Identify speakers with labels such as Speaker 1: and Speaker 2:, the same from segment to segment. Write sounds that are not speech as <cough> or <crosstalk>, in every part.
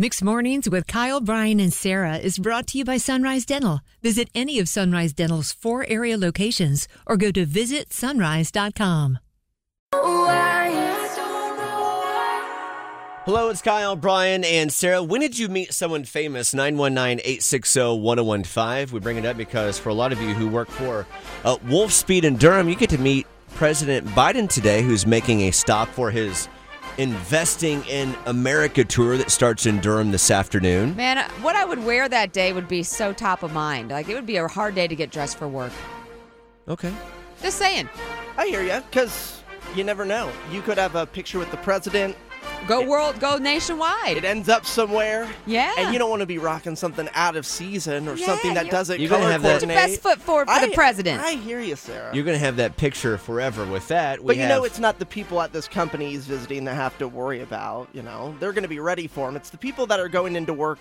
Speaker 1: Mixed Mornings with Kyle, Brian, and Sarah is brought to you by Sunrise Dental. Visit any of Sunrise Dental's four area locations or go to visitsunrise.com.
Speaker 2: Hello, it's Kyle, Brian, and Sarah. When did you meet someone famous? 919 860 1015. We bring it up because for a lot of you who work for uh, Wolf Speed in Durham, you get to meet President Biden today, who's making a stop for his Investing in America tour that starts in Durham this afternoon.
Speaker 3: Man, what I would wear that day would be so top of mind. Like it would be a hard day to get dressed for work.
Speaker 2: Okay.
Speaker 3: Just saying.
Speaker 4: I hear you, because you never know. You could have a picture with the president.
Speaker 3: Go world, go
Speaker 4: It
Speaker 3: nationwide.
Speaker 4: ends up somewhere.
Speaker 3: Yeah.
Speaker 4: And you don't want to be rocking something out of season or
Speaker 3: Yeah,
Speaker 4: something that
Speaker 3: you-
Speaker 4: doesn't
Speaker 2: You're gonna
Speaker 4: color
Speaker 2: have that-
Speaker 3: Put your
Speaker 4: coordinate.
Speaker 3: best foot forward for the
Speaker 4: I-
Speaker 3: president.
Speaker 4: I hear you, Sarah.
Speaker 2: You're going to have that picture forever with that. We
Speaker 4: but you know,
Speaker 2: have-
Speaker 4: it's not the people at this company he's visiting that have to worry about. You know, they're going to be ready for him. It's the people that are going into work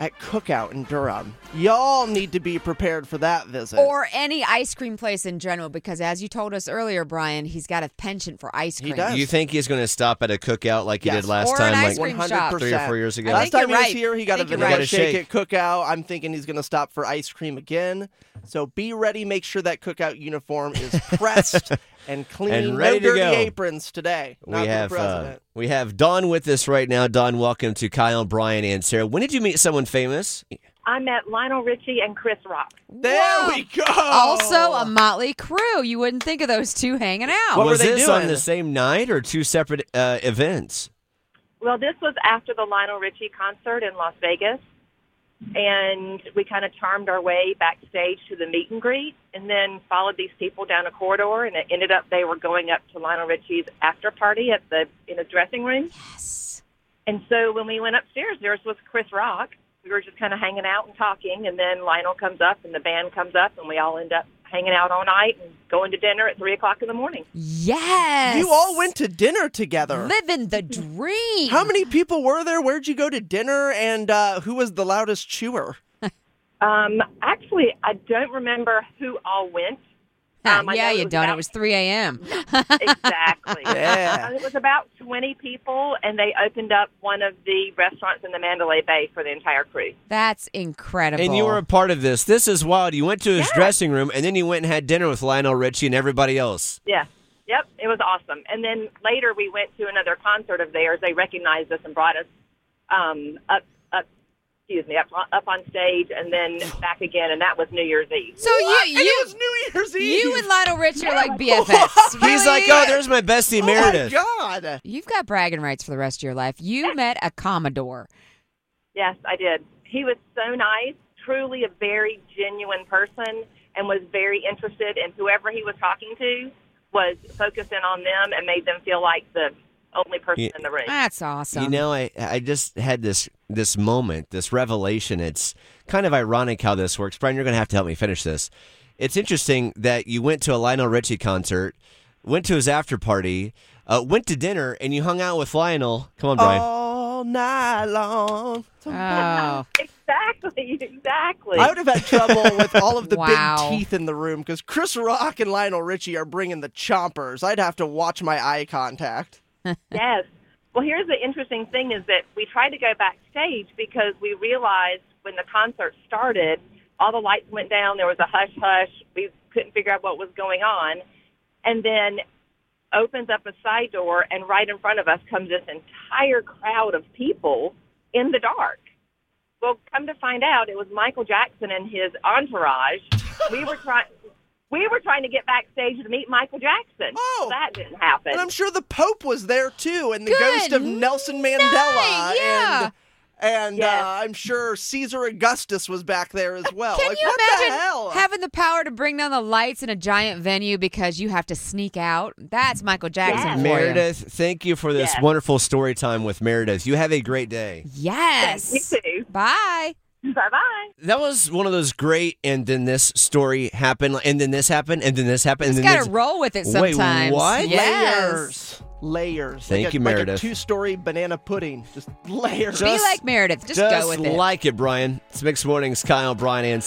Speaker 4: at Cookout in Durham. Y'all need to be prepared for that visit.
Speaker 3: or any ice cream place in general, because as you told us earlier, Brian, he's got a penchant for ice cream.
Speaker 4: does.
Speaker 2: You think he's going to stop at a cookout like he
Speaker 4: Yes.
Speaker 2: did last
Speaker 3: Or an
Speaker 2: time?
Speaker 3: ice
Speaker 2: like,
Speaker 3: cream shop.
Speaker 2: three or four years ago?
Speaker 3: I
Speaker 4: Last
Speaker 3: think you're
Speaker 4: time he was
Speaker 3: right.
Speaker 4: here, he got
Speaker 3: I
Speaker 4: a
Speaker 3: think you're
Speaker 4: vanilla
Speaker 2: right.
Speaker 4: shake
Speaker 2: Shake.
Speaker 4: at Cookout. I'm thinking he's going to stop for ice cream again. So be ready. Make sure that Cookout uniform
Speaker 3: <laughs>
Speaker 4: is pressed and clean.
Speaker 2: And ready to
Speaker 4: no dirty
Speaker 2: go.
Speaker 4: aprons today. Not
Speaker 2: we
Speaker 4: for
Speaker 2: have
Speaker 4: the
Speaker 2: uh,
Speaker 4: president.
Speaker 2: we have Don with us right now. Don, welcome to Kyle, Brian, and Sarah. When did you meet someone famous?
Speaker 5: I met Lionel Richie and Chris Rock.
Speaker 4: there
Speaker 3: Whoa.
Speaker 4: we go.
Speaker 3: Also, a motley crew. You wouldn't think of those two hanging
Speaker 4: What
Speaker 3: out.
Speaker 4: Oh. were
Speaker 2: was
Speaker 4: they
Speaker 2: this on
Speaker 4: doing?
Speaker 2: the same night or two separate uh, events?
Speaker 5: Well, this was after the Lionel Richie concert in Las Vegas, and we kind of charmed our way backstage to the meet and greet, and then followed these people down a corridor, and it ended up they were going up to Lionel Richie's after party at the in a dressing room.
Speaker 3: Yes.
Speaker 5: And so when we went upstairs, there was Chris Rock. We were just kind of hanging out and talking, and then Lionel comes up, and the band comes up, and we all end up hanging out all night and going to dinner at three o'clock in the morning.
Speaker 3: Yes.
Speaker 4: you all went to dinner together.
Speaker 3: living the dream.
Speaker 4: How many people were there? Where'd you go to dinner? And uh, who was the loudest chewer?
Speaker 5: Um, actually, I don't remember who all went. Um,
Speaker 3: <laughs>
Speaker 5: I
Speaker 3: yeah,
Speaker 5: know
Speaker 3: you
Speaker 5: was
Speaker 3: don't.
Speaker 5: about-
Speaker 3: It was 3 a.m.
Speaker 5: exactly.
Speaker 4: Yeah.
Speaker 5: Uh, It was about 20 people, and they opened up one of the restaurants in the Mandalay Bay for the entire crew.
Speaker 3: That's incredible.
Speaker 2: And you were a part of this. This is wild. You went to his dressing room and then you went and had dinner with Lionel Richie and everybody else.
Speaker 5: Yeah. Yep. It was awesome. And then later we went to another concert of theirs. They recognized us and brought us um, up, up, excuse me, up, up on stage, and then back again, and that was New Year's Eve.
Speaker 3: So
Speaker 4: And
Speaker 3: you you
Speaker 4: it was New Year's Eve.
Speaker 3: you and Lionel Richie are like
Speaker 2: <laughs>
Speaker 3: BFFs.
Speaker 2: He's
Speaker 3: Really?
Speaker 2: like, oh, there's my bestie
Speaker 4: oh my
Speaker 2: Meredith.
Speaker 4: God.
Speaker 3: You've got bragging rights for the rest of your life. You met a Commodore.
Speaker 5: Yes, I did. He was so nice, truly a very genuine person, and was very interested in whoever he was talking to, was focusing on them and made them feel like the only person
Speaker 2: Yeah.
Speaker 5: in the room.
Speaker 3: That's awesome.
Speaker 2: You know, I I just had this this moment, this revelation. It's kind of ironic how this works. Brian, you're going to have to help me finish this. It's interesting that you went to a Lionel Richie concert, went to his after party, uh, went to dinner, and you hung out with Lionel. Come on, Brian.
Speaker 4: All night long.
Speaker 2: <laughs>
Speaker 3: oh,
Speaker 5: <laughs> Exactly, exactly.
Speaker 4: I would have had trouble with all of the
Speaker 3: <laughs> Wow.
Speaker 4: big teeth in the room because Chris Rock and Lionel Richie are bringing the chompers. I'd have to watch my eye contact.
Speaker 5: Yes. Well, here's the interesting thing is that we tried to go backstage because we realized when the concert started, all the lights went down. There was a hush hush. We couldn't figure out what was going on. And then opens up a side door, and right in front of us comes this entire crowd of people in the dark. Well, come to find out, it was Michael Jackson and his entourage. we were trying. We were trying to get backstage to meet Michael Jackson.
Speaker 4: Oh.
Speaker 5: that didn't happen.
Speaker 4: And I'm sure the Pope was there too, and the
Speaker 3: Good
Speaker 4: ghost of Nelson Mandela.
Speaker 3: night, yeah.
Speaker 4: And, and
Speaker 5: Yes.
Speaker 4: uh, I'm sure Caesar Augustus was back there as well.
Speaker 3: can
Speaker 4: like,
Speaker 3: you
Speaker 4: what the hell?
Speaker 3: imagine having the power to bring down the lights in a giant venue because you have to sneak out? That's Michael Jackson.
Speaker 5: Yes.
Speaker 3: for you.
Speaker 2: Meredith, thank you for this
Speaker 5: Yes.
Speaker 2: wonderful story time with Meredith. You have a great day.
Speaker 3: Yes.
Speaker 2: <laughs>
Speaker 5: Thank you too.
Speaker 3: Bye.
Speaker 5: <laughs> Bye bye.
Speaker 2: That was one of those great, and then this story happened, and then this happened, and then this happened, and
Speaker 3: Just
Speaker 2: then
Speaker 3: got
Speaker 2: this.
Speaker 3: to roll with it
Speaker 2: Wait,
Speaker 3: sometimes.
Speaker 2: what?
Speaker 3: Yes.
Speaker 4: Layers. Layers.
Speaker 2: Thank
Speaker 4: like a,
Speaker 2: you,
Speaker 4: like
Speaker 2: Meredith.
Speaker 4: a two-story banana pudding. Just layers.
Speaker 3: Be like Meredith. Just,
Speaker 2: Just
Speaker 3: go with it.
Speaker 2: like it, Brian. It's Mixed Mornings, Kyle, Brian, and